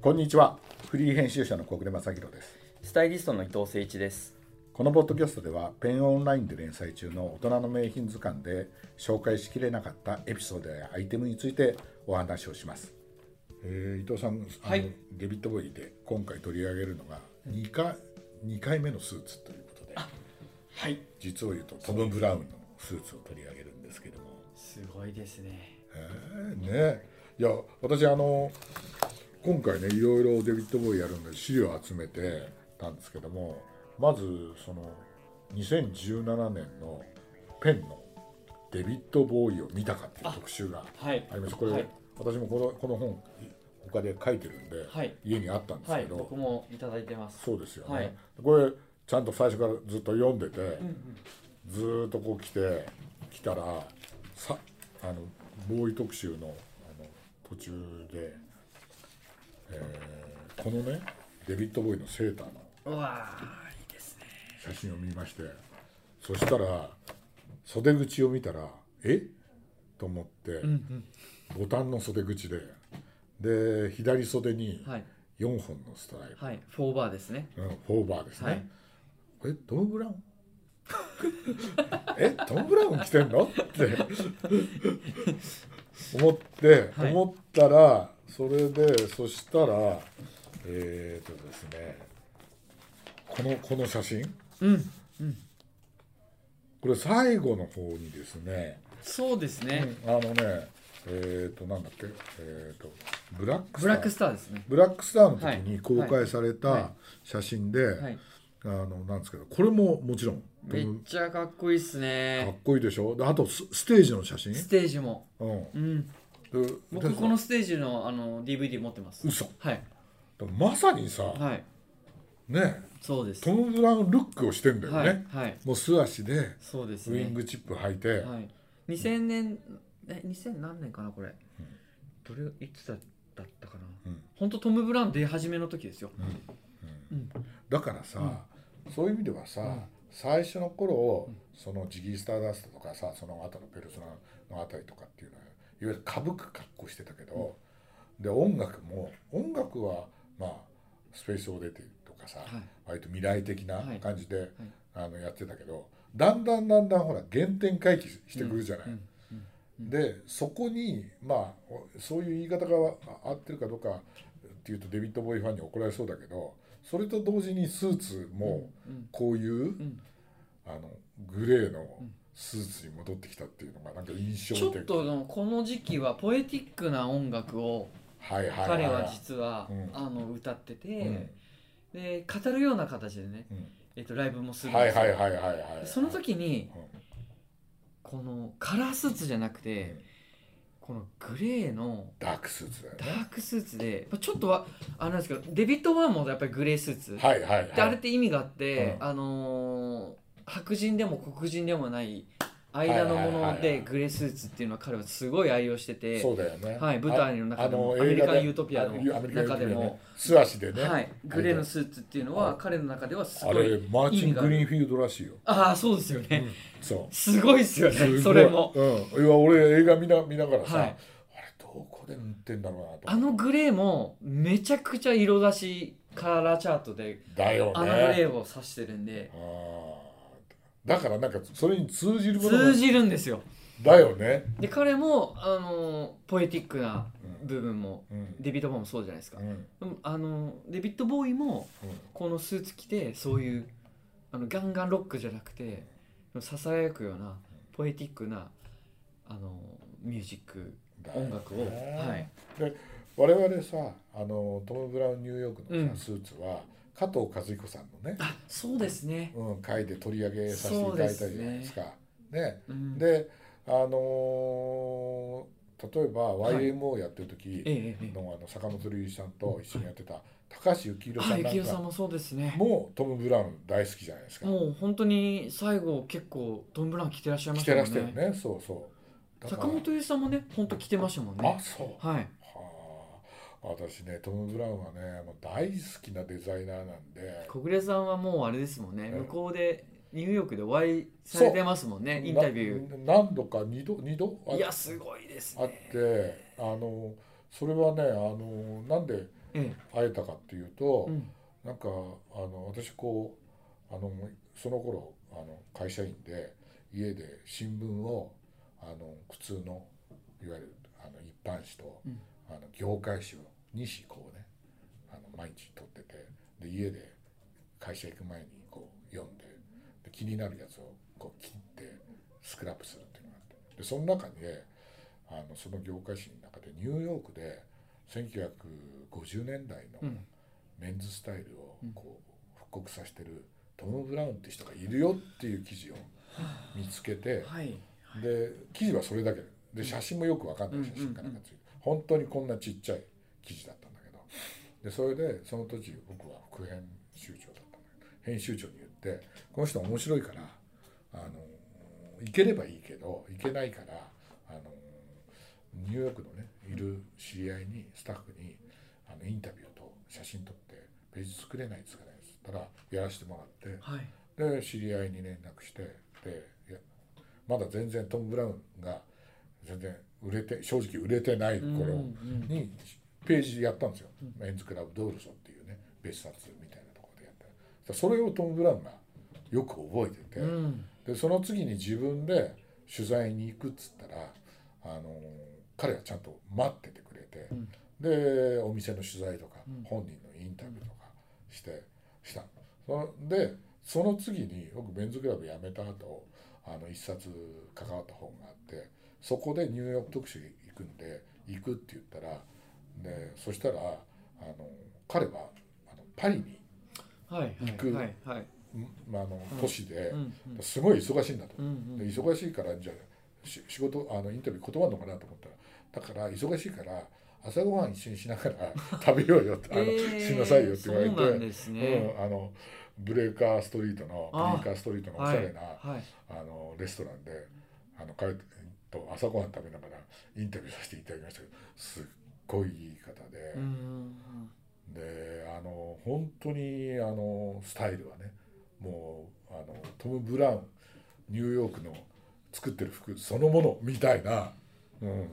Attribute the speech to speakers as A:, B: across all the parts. A: こんにちはフリー編集者の小暮正弘です
B: スタイリストの伊藤誠一です。
A: このポッドキャストではペンオンラインで連載中の大人の名品図鑑で紹介しきれなかったエピソードやアイテムについてお話をします、えー伊藤さんあの、
B: はい
A: デビットボーイで今回取り上げるのが2回 ,2 回目のスーツということで
B: はい。
A: 実を言うとトム・ブラウンのスーツを取り上げるんですけども
B: すごいですね。
A: ねいや私あの今回ねいろいろデビッド・ボーイやるんで資料を集めてたんですけどもまずその2017年のペンのデビッド・ボーイを見たかっていう特集があ
B: はい。
A: りますこれ、
B: はい。
A: 私もこのこの本他で書いてるんで、
B: はい
A: 家にあったんです
B: は
A: け
B: い
A: ど、
B: 僕もいただいてます。
A: そうですよね、
B: はい
A: これちゃんと最初からずっと読んでて、ずーっとこう来て来たらさあのボーイ特集のあの途中で、えーこのねデビッド・ボーイのセーターの
B: うわあ、いいですね。
A: 写真を見ましてそしたら袖口を見たらえと思って、ボタンの袖口でで左袖に
B: はい。
A: 4本のストライプ、
B: はい。フォーバーですね。
A: うん、フォーバーですね、
B: はい
A: これトム・ブラウン えトム・ブラウン着てんのって 思って、
B: はい
A: 思ったらそれでそしたらえー、とですねこのこの写真
B: うん。
A: これ最後の方にですね
B: そうですね。
A: あのねえー、となんだっけえー、とブラック
B: ブ
A: スタ
B: ラック
A: ー
B: スターですね。
A: ブラックスターの時に公
B: は
A: 開され
B: はい
A: た写真で、
B: はい。
A: あのなんですけどこれももちろんト
B: めっ
A: ム
B: ちゃかっこいいです
A: かっ
B: ね。
A: こいいでしょであとスステージの写真
B: ステージも。
A: うん
B: うん。
A: で
B: 僕
A: で
B: このステージのあの DVD 持ってます。
A: 嘘
B: はい。
A: でもまさにさ、
B: はい。
A: ね
B: そうです。
A: トム・ブラウンルックをしてんだよね、
B: はい。はい。
A: もう素足で
B: そうです
A: ウ
B: ね。
A: イングチップ履いて、
B: はい、2000年え2000何年かなこれ、どれいつだだったかな
A: うん
B: 本当トム・ブラウン出始めの時ですよ、うん
A: だからさ、そういう意味ではさ、最初の頃そのジギー・スターダストとかさその後のペルソナのあたりとかっていうのはいわゆる歌舞伎格好してたけど、で音楽も音楽はまあスペースを出てとかさ、
B: はい
A: 割と未来的な
B: はい
A: 感じで、あのやってたけどだんだんだんだんほら原点回帰してくるじゃない。
B: うん
A: でそこにまあおそういう言い方があ合ってるかどうかっていうとデビッド・ボーイファンに怒られそうだけどそれと同時にスーツも
B: うん
A: こういう、
B: ん
A: あのグレーのスーツに戻ってきたっていうのがなんか印
B: ちょ
A: 象
B: っ
A: 的
B: とのこの時期はポエティックな音楽を
A: はいはいはい
B: 彼は実は、
A: うん
B: あの歌ってて、
A: うん
B: で語るような形でね、
A: うん
B: えっとライブもするん
A: はい
B: ですよ、
A: はいはいはいはい
B: その時に
A: うん
B: このカラースーツじゃなくて、
A: うん
B: このグレーの
A: ダークスーツだよ
B: ダ
A: ね
B: ークスーツでまあちょっとはあれなんですけどデビッド・ワンもやっぱりグレースーツ、
A: はいはい
B: であ
A: は
B: れっ
A: い
B: て意味があって、
A: うん
B: あのー白人でも黒人でもない間のも
A: はいはい
B: の
A: はいは
B: で
A: い
B: グレースーツっていうのは彼はすごい愛用してて
A: そうだよね
B: はい舞台の中でも
A: ああの
B: アメリ
A: 映
B: カン
A: 画で
B: ユートピア
A: あ
B: の
A: アメリカンユートピアね
B: 中でも
A: 素足でね、
B: はい、グレーのスーツっていうのは
A: あ
B: 彼の中ではす
A: あ
B: ご
A: れ
B: い
A: マーチン・グリーンフィールドらしいよ
B: ああそうですよね、
A: そう
B: すごいですよ
A: すご
B: ね
A: い
B: それも、
A: うん、いや俺映画見な見ながらさ、
B: はい
A: あれどこで塗ってんだろうなと思って
B: あのグレーもめちゃくちゃ色出しカラーチャートで
A: だよね
B: あのグレーを指してるんで
A: あーだからなんかそれに通じるものが
B: 通じるんですよ
A: だよね、
B: で彼もあのーポエティックな部分も
A: うん
B: デビッド・ボーイもそうじゃないですか
A: う、ん
B: うんあのデビッド・ボーイもこのスーツ着てそういうあのガンガンロックじゃなくてささやくようなポエティックなあのミュージック
A: だよね
B: 音楽を、はい、
A: 我々さあのトム・ブラウンニューヨークのさ、
B: うん
A: スーツは加藤和彦さんのね、
B: あそうですね、
A: うん、回で取り上げさせていただいたりじゃないですか。ね
B: うん、
A: であのー例えば
B: はい
A: YMO やってる時
B: ええええええ
A: のあの坂本龍一さんと一緒にやってた高橋幸宏
B: あ
A: さん
B: ゆ
A: な
B: き
A: ん
B: よさん
A: か
B: もそうですね
A: もトム・ブラウン大好きじゃないですか
B: もう本当に最後結構トム・ブラウン着てらっしゃいま
A: 着
B: した
A: て
B: も
A: らし
B: んね
A: てるねそうそうだから
B: 坂本龍一さんもね本当着てましたもんね
A: あそう
B: はい
A: はあ私ねトム・ブラウンはねもう大好きなデザイナーなんで
B: 小暮さんはもうあれですもんね、
A: うん
B: 向こうでニューヨークでお会いされてますもんねインタビュ
A: な何度か2度2度あ
B: ーいやすごいです
A: あっ
B: ね
A: てあのそれはねあのなんで
B: ええ
A: 会えたかっていうと、
B: えうん
A: なんかあの私こうあのその頃あの会社員で家で新聞をあの普通のいわゆるあの一般紙と、
B: うん
A: あの業界紙を2紙こうねあの毎日取っててで家で会社行く前にこう読んでで気になるやつをこう切ってスクラップするっていうのがあってでその中であのその業界紙の中でニューヨークで1950年代の、
B: うん
A: メンズスタイルをこう復刻させてるトム・ブラウンって人がいるよっていう記事を見つけて
B: はい
A: で記事はそれだけで写真もよくわかんない写真かなんかついて本当にこんなちっちゃい記事だったんだけどでそれでその時僕は副編集長だったんだけど編集長に言ってこの人面白いからあの行ければいいけど行けないからあのニューヨークのねいる知り合いにスタッフにあのインタビューと写真撮ってページ作れないですかねっつったらやらせてもらって
B: はい
A: で知り合いに連絡してでいやまだ全然トム・ブラウンが全然売れて正直売れてない
B: うんう
A: 頃
B: ん
A: にページやったんですよ「メンズクラブ・ドールソン」っていうね別冊みたいなところでやったそれをトム・ブラウンがよく覚えてて、
B: うん
A: でその次に自分で取材に行くっつったら、あのー彼はちゃんと待っててくれて、
B: ん
A: でお店の取材とか、
B: うん
A: 本人のインタビューとかしてしたのそのでその次に僕メンズクラブ辞めた後あの一冊関わった本があってそこでニューヨーク特集行くんで行くって言ったらでそしたら、あの彼はあのパリに、
B: はいはい
A: 行く
B: はいはい
A: んまあ、あの都市で
B: うん
A: すごい忙しいんだと。
B: うんうん
A: で忙しいからじゃあし仕事あのインタビュー断るのかなと思ったらだから忙しいから朝ごはん一緒にしなが ら食べようよってあの、しなさいよって言われて
B: そうなんですね、
A: うんあのブレーカーストリートのブレ
B: あ
A: ーカーストリートのおし
B: は
A: ゃ
B: い
A: れなあ、
B: はい
A: のレストランであの帰ってと朝ごはん食べながらインタビューさせていただきましたけどすっごいいい方で、
B: うん
A: であの本当にあのスタイルはねもうあのトム・ブラウンニューヨークの作ってる服そのものみたいな、うん、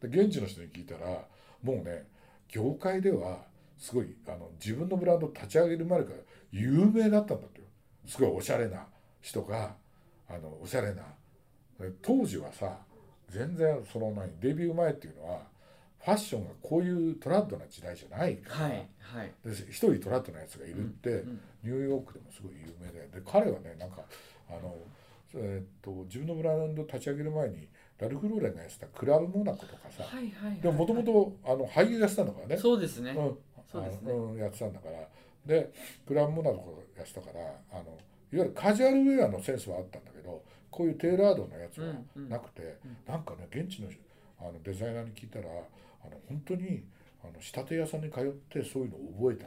A: で現地の人に聞いたらもうね業界ではすごいあの自分のブランドを立ち上げる前から有名だったんだってよすごいおしゃれな人があのおしゃれなで当時はさ全然その前デビュー前っていうのはファッションがこういうトラッドな時代じゃないから、
B: はいはい
A: で一人トラットのやつがいるって、
B: ん
A: ニューヨークでもすごい有名でで彼はねなんかあの、えーっと自分のブランド立ち上げる前にラルフ・ローレンがやってたクラブ・モナコとかさ、
B: はいはいはい
A: でももともと俳優やってたんだからね
B: そうですね、
A: うん
B: そうですね
A: あのうん、やってたんだからでクラブ・モナコやってたからあのいわゆるカジュアルウェアのセンスはあったんだけどこういうテーラードのやつはなくて、なんかね現地のあのデザイナーに聞いたらあの本当にあの仕立て屋さんに通ってそういうのを覚えた。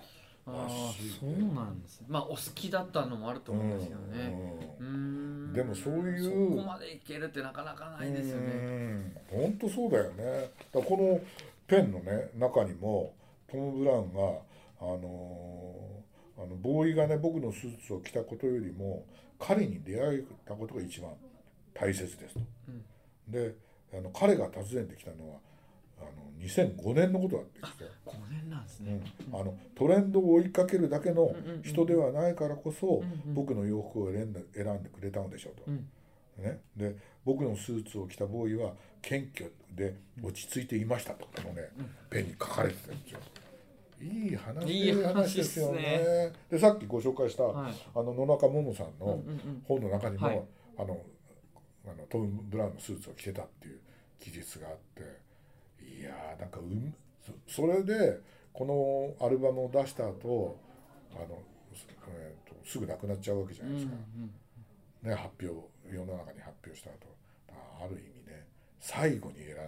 B: ああ
A: らしい
B: そうなんですねまあお好きだったのもあると思うんですよねう
A: うんん
B: ん
A: でもそういう
B: そこまでいけるってなかなかないですよね
A: うん本当そうだよね。だからこのペンのね中にもトム・ブラウンがあのーあのボーイがね僕のスーツを着たことよりも彼に出会えたことが一番大切ですと。
B: うん
A: であの彼が訪ねてきたのはあの2005年のことだって言ってたよ。
B: 5年なんです
A: う
B: ね
A: ん、あのトレンドを追いかけるだけの
B: うんうんうん
A: 人ではないからこそ、
B: うんうん
A: 僕の洋服を選んで選んでくれたのでしょうと
B: う、ん
A: ね、で僕のスーツを着たボーイは謙虚で落ち着いていましたとかもね、ペンに書かれてたんですよ。いい話
B: いい話
A: で
B: ですす
A: よ
B: ね
A: ね。でさっきご紹介した、
B: はい
A: あの野中桃さん
B: うんう
A: の
B: ん
A: 本の中にも、
B: はい
A: あのあのトム・ブラウンのスーツを着てたっていう記述があっていやーなんかうんそそれでこのアルバムを出した後あの、すえーとすぐなくなっちゃうわけじゃ
B: う
A: ないですか。
B: ん
A: ね、発表世の中に発表した後あある意味ね最後に選んだ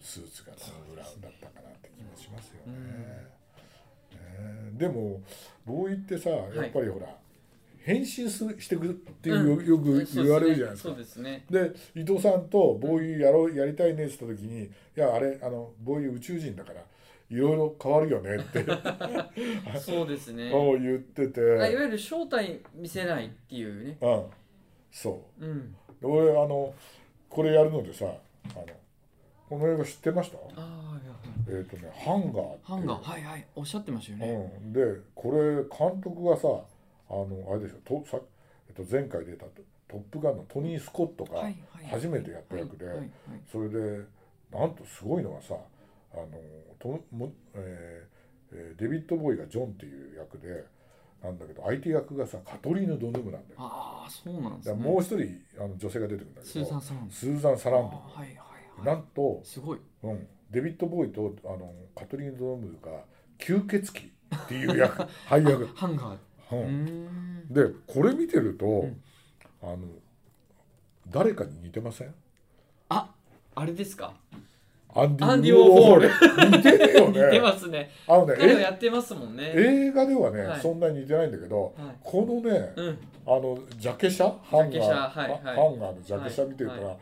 A: スーツがトム・ブラウンだったかなって気もしますよね。ねでもボーイってさやっ
B: い
A: ぱりほら、変身するしてくっていうよ,、
B: うん
A: く言われるじゃないですか。
B: そうですね
A: で伊藤さんとボーイやろうやりたいねって言った時に「いやあれあのボーイ宇宙人だからいろいろ変わるよね」って
B: そうですね
A: を言ってて、
B: あいわゆる正体見せないっていうね
A: うん、そう
B: うん
A: で俺あのこれやるのでさあのこの映画知ってました
B: ああいや
A: えっ、とねハンガーって
B: ハンガー、はいはい、おっしゃってましたよね。
A: うん、でこれ監督がさあのあれでしょとさ、えっと、前回出たと「トップガン」のトニー・スコットが、
B: はいはい
A: 初めてやった役で
B: はいはい
A: それでなんとすごいのがさあのとも、えーえーデビッド・ボーイがジョンっていう役でなんだけど相手役がさカトリーヌ・ドヌムなんだよ。
B: ああ、そうなん
A: だか
B: です
A: ら
B: ね。
A: もう一人あの女性が出てくるんだけど
B: スーザン・サランド。
A: スーザンサラン
B: あーはいはい
A: ド
B: はい。
A: なんと、
B: すごい。
A: うん、デビッド・ボーイとあのカトリーヌ・ドヌムが吸血鬼っていう 役俳優役、
B: ハンガー。
A: う
B: うー
A: ん、
B: ん。
A: でこれ見てると、
B: ん
A: あの誰かに似てません
B: あ、あれですか。
A: アンディ・
B: アンディ
A: ウォ
B: ウ
A: ー
B: ォ
A: ホール似てるよ
B: 似て
A: ね
B: ますね。
A: あのね
B: 彼は
A: え
B: やってますもんね。
A: 映画ではね、
B: はい
A: そんなに似てないんだけど、
B: はい
A: このね、
B: うん。
A: あのジャケ写ハン
B: ジャケ
A: ガ
B: 写
A: ー、
B: はいはい
A: ハハンガーのジャケ写
B: はい
A: 見てるから、
B: は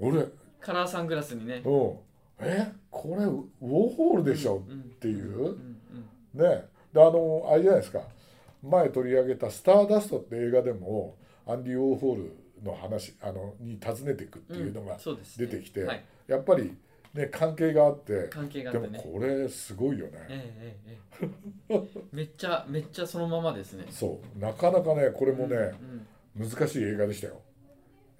A: 俺うん
B: カラーサングラスにね。
A: えこれウォーホールでしょ、
B: うん
A: っていう、
B: うんうん。
A: ねであのあれじゃないですか前取り上げた「スターダスト」って映画でもアンディ・ウォーホールの話あのに訪ねていくっていうのが
B: そうです
A: 出
B: ね
A: てきて、
B: はい
A: やっぱり、ね、関係があって
B: 関係があ
A: で
B: って
A: も
B: ね。
A: これすごいよね、
B: ええええええめっちゃめっちゃそのままですね。
A: そうなかなかねこれもね、
B: うんうん
A: 難しい映画でしたよ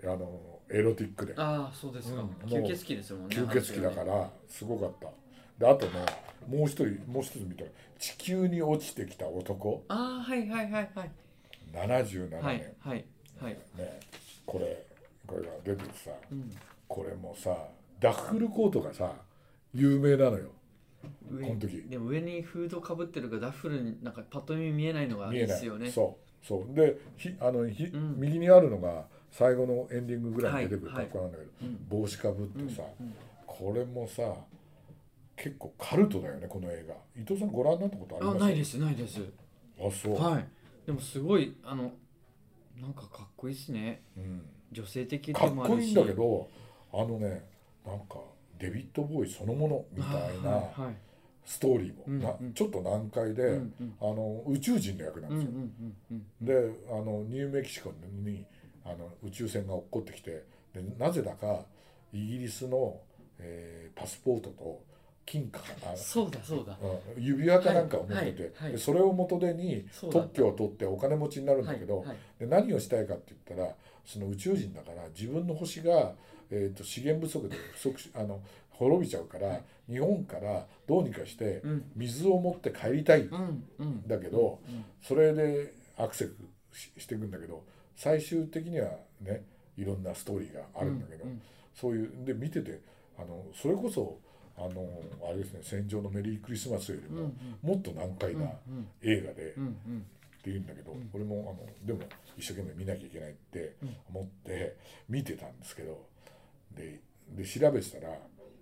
A: あのエロティックで
B: ああそうですか、
A: うん
B: 吸血鬼ですもんね。
A: 吸血鬼だか
B: ら。
A: らすごかったであとねもう一人もう一つ見たら「地球に落ちてきた男
B: ああはいはいはいはい
A: 77年」
B: はいはいはい。
A: ねこれこれが出ててさ
B: うん
A: これもさダッフルコートがさ有名なのよ
B: 上
A: この時
B: でも上にフードかぶってるからダッフルになんかパッと見見えないのが
A: 見
B: いい
A: え
B: で
A: ない
B: すよね。
A: そうそうでひあのひ、
B: ん
A: 右にあるのが最後のエンディングぐらいに出てくる
B: はい
A: 格好なんだけど、
B: うん
A: 帽子かぶってさ、
B: うんうん
A: これもさ結構カルトだよねこの映画伊藤さんご覧になったことありま
B: あ
A: す
B: ないですないです。
A: あそう、
B: はい。でもすごいあのなんかかっこいいですね。
A: うん、
B: 女性的
A: か
B: で
A: っ
B: もあるし。
A: こいいんだけどあのねなんかデビッド・ボーイそのものみたい
B: あ
A: な
B: ーはいはい
A: ストーリーも、
B: うん
A: な
B: うん
A: ちょっと難解で、
B: うんうん
A: あの宇宙人の役なん
B: うん
A: で
B: う
A: す
B: ん
A: よ、であ
B: うんうん。
A: のニューメキシコにあの宇宙船が落っこってきてでなぜだかイギリスの、えーパスポートと金貨あ
B: そうだそうだ。
A: うん指輪かなんかを持ってて、
B: はいはいはい
A: でそれを元手に
B: そうだ
A: 特許を取ってお金持ちになるんだけど、
B: はいはい
A: で何をしたいかって言ったらその宇宙人だから自分の星が、えー、と資源不足で不足しあの滅びちゃうから、日本からどうにかして
B: うん
A: 水を持って帰りたいん
B: うんうん。
A: だけど、
B: うん
A: それでアクセスししていくんだけど最終的にはねいろんなストーリーがあるんだけど、
B: うんうん
A: そういうで見ててあのそれこそあのあれですね「戦場のメリークリスマス」より
B: うんう
A: も
B: ん
A: もっと難解な
B: うん
A: 映画で。
B: うんうん。
A: って言うんだけど、これもあのでも一生懸命見なきゃいけないって思って見てたんですけどでで調べてたら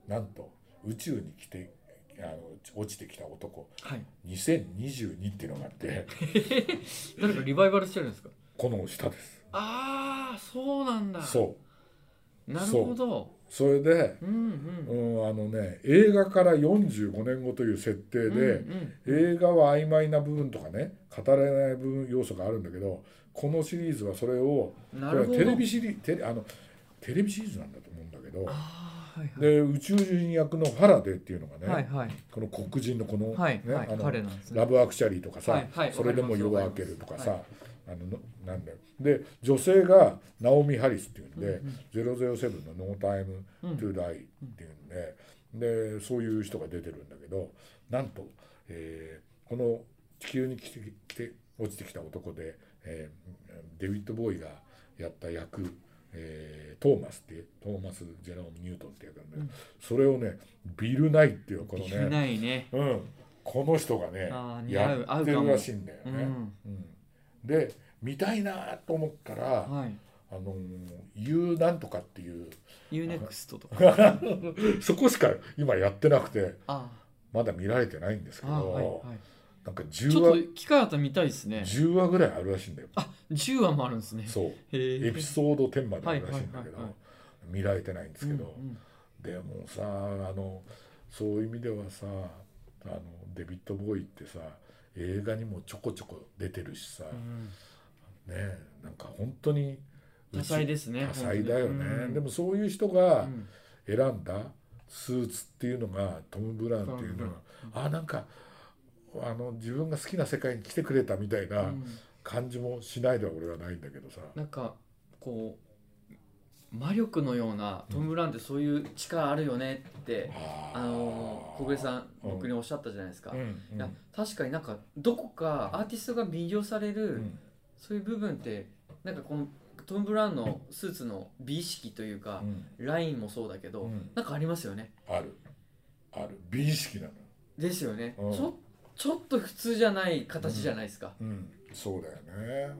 A: なんと宇宙に来てあの落ちてきた男
B: はい。
A: 2022っていうのがあ って
B: 誰かリバイバルしてるんですか。
A: この下です。
B: ああ、そうなんだ。
A: そう
B: うなるほど。
A: それで、
B: うんうん。
A: うん、あのね映画から45年後という設定で。
B: うん
A: 映画は曖昧な部分とかね語れない部分要素があるんだけどこのシリーズはそれを
B: うん、
A: こ
B: な
A: れ
B: る
A: は
B: ほど。
A: テレビシリテレあのテレビシリーズなんだと思うんだけど
B: ああ、はいはい。
A: で宇宙人役のファラデーっていうのがね、
B: はいはい
A: この黒人のこの,、
B: はい
A: ね
B: はい
A: あの
B: 彼なんですね
A: ラブアクシャリーとかさ、
B: はいはい
A: それでも
B: わかり
A: 夜
B: ます
A: 明けるとかさ、
B: は
A: あののなんだよで女性がナオミ・ハリスっていうんで、007の「ノータイム・トゥ・ダイ」っていうんで,、でそういう人が出てるんだけどなんと、えーこの地球に来て来て落ちてきた男で、えーデビッド・ボーイがやった役、えートーマスっていうトーマス・ジェローム・ニュートンって役なんだけど、それをねビル・ナイっていうこの
B: い
A: ね
B: ないね。
A: うん、この人がね
B: あー似合
A: や
B: う
A: ってるらしいんだよ
B: う
A: ね。
B: ん。
A: うんで見たいなと思ったら「
B: はい。
A: あのー U なんとか」っていう
B: ユーネクストとか。
A: そこしか今やってなくて
B: あ
A: まだ見られてないんです
B: あ、
A: け
B: ああ
A: ど、
B: はいはい。
A: なんか
B: ち
A: 10
B: ょっ
A: 話
B: と機会あったら見たいですね。
A: 10話ぐらいあるらしいんだよ。
B: あ、十話もあるんですね。
A: そう
B: へえ。
A: エピソード10まであるらしいんだけ
B: はいはいはいは
A: ど見られてないんですけど。
B: うんうん
A: でもさあのそういう意味ではさあのデビッド・ボーイってさ映画にもちょこちょこ出てるしさ、
B: うん
A: ねなんか本当に
B: 多彩ですね。
A: 多彩だよね、
B: 本当に
A: で、もそういう人
B: う
A: が
B: ん
A: 選んだスーツっていうのがトム・ブラウンっていう
B: トムブ
A: の
B: ラ
A: があなんかあの自分が好きな世界に来てくれたみたいな
B: うん
A: 感じもしないでは俺はないんだけどさ、
B: なんかこう魔力のようなトム・ブラウンってそういう力あるよねって、あの小暮
A: ん、
B: さん
A: うん
B: 僕におっしゃったじゃないですか、
A: うんうん
B: いや確かになんかどこかアーティストが魅了される、
A: うん
B: そういう部分ってなんかこのトム・ブラウンのスーツの美意識というか
A: う、ん
B: ラインもそうだけど、
A: うん
B: なんかありますよね
A: あるある美意識なのよ、
B: ですよね、
A: うん
B: ちょちょっと普通じゃない形じゃないですか、
A: うん、そうだよね、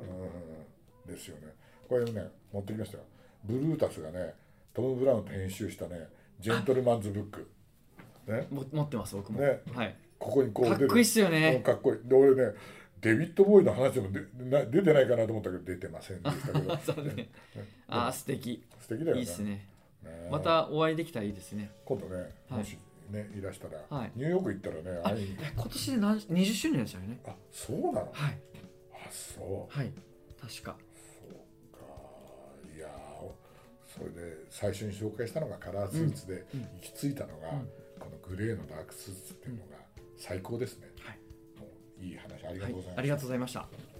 A: うん、ですよねこれね持ってきましたよブルータスがねトム・ブラウンと編集したね「ジェントルマンズ・ブック」ね
B: も持ってます僕も、
A: ね
B: はい、
A: ここにこう
B: かっこいいっすよ
A: うん
B: ね、
A: かっこいいで俺ねデビッド・ボーイの話もでな出てないかなと思ったけど出てませんでしたけ ど
B: 残念ああ素敵
A: 素敵だよ
B: い
A: ね
B: いっすね
A: ね
B: またお会いできたらいいですね
A: 今度ね
B: はい
A: もしねいらしたら、
B: はい
A: ニューヨーク行ったらね
B: あ
A: 会いに
B: え今年で何20周年でしたよね
A: あそうなの
B: はい
A: あそう
B: はい確か
A: そうかいやーそれで最初に紹介したのがカラースーツで
B: うんうん
A: 行き着いたのが、
B: うん
A: このグレーのダークスーツっていうのが最高ですね、
B: はい
A: もういい話ありが
B: は
A: とご
B: いう
A: ざいます、
B: ありがとうございました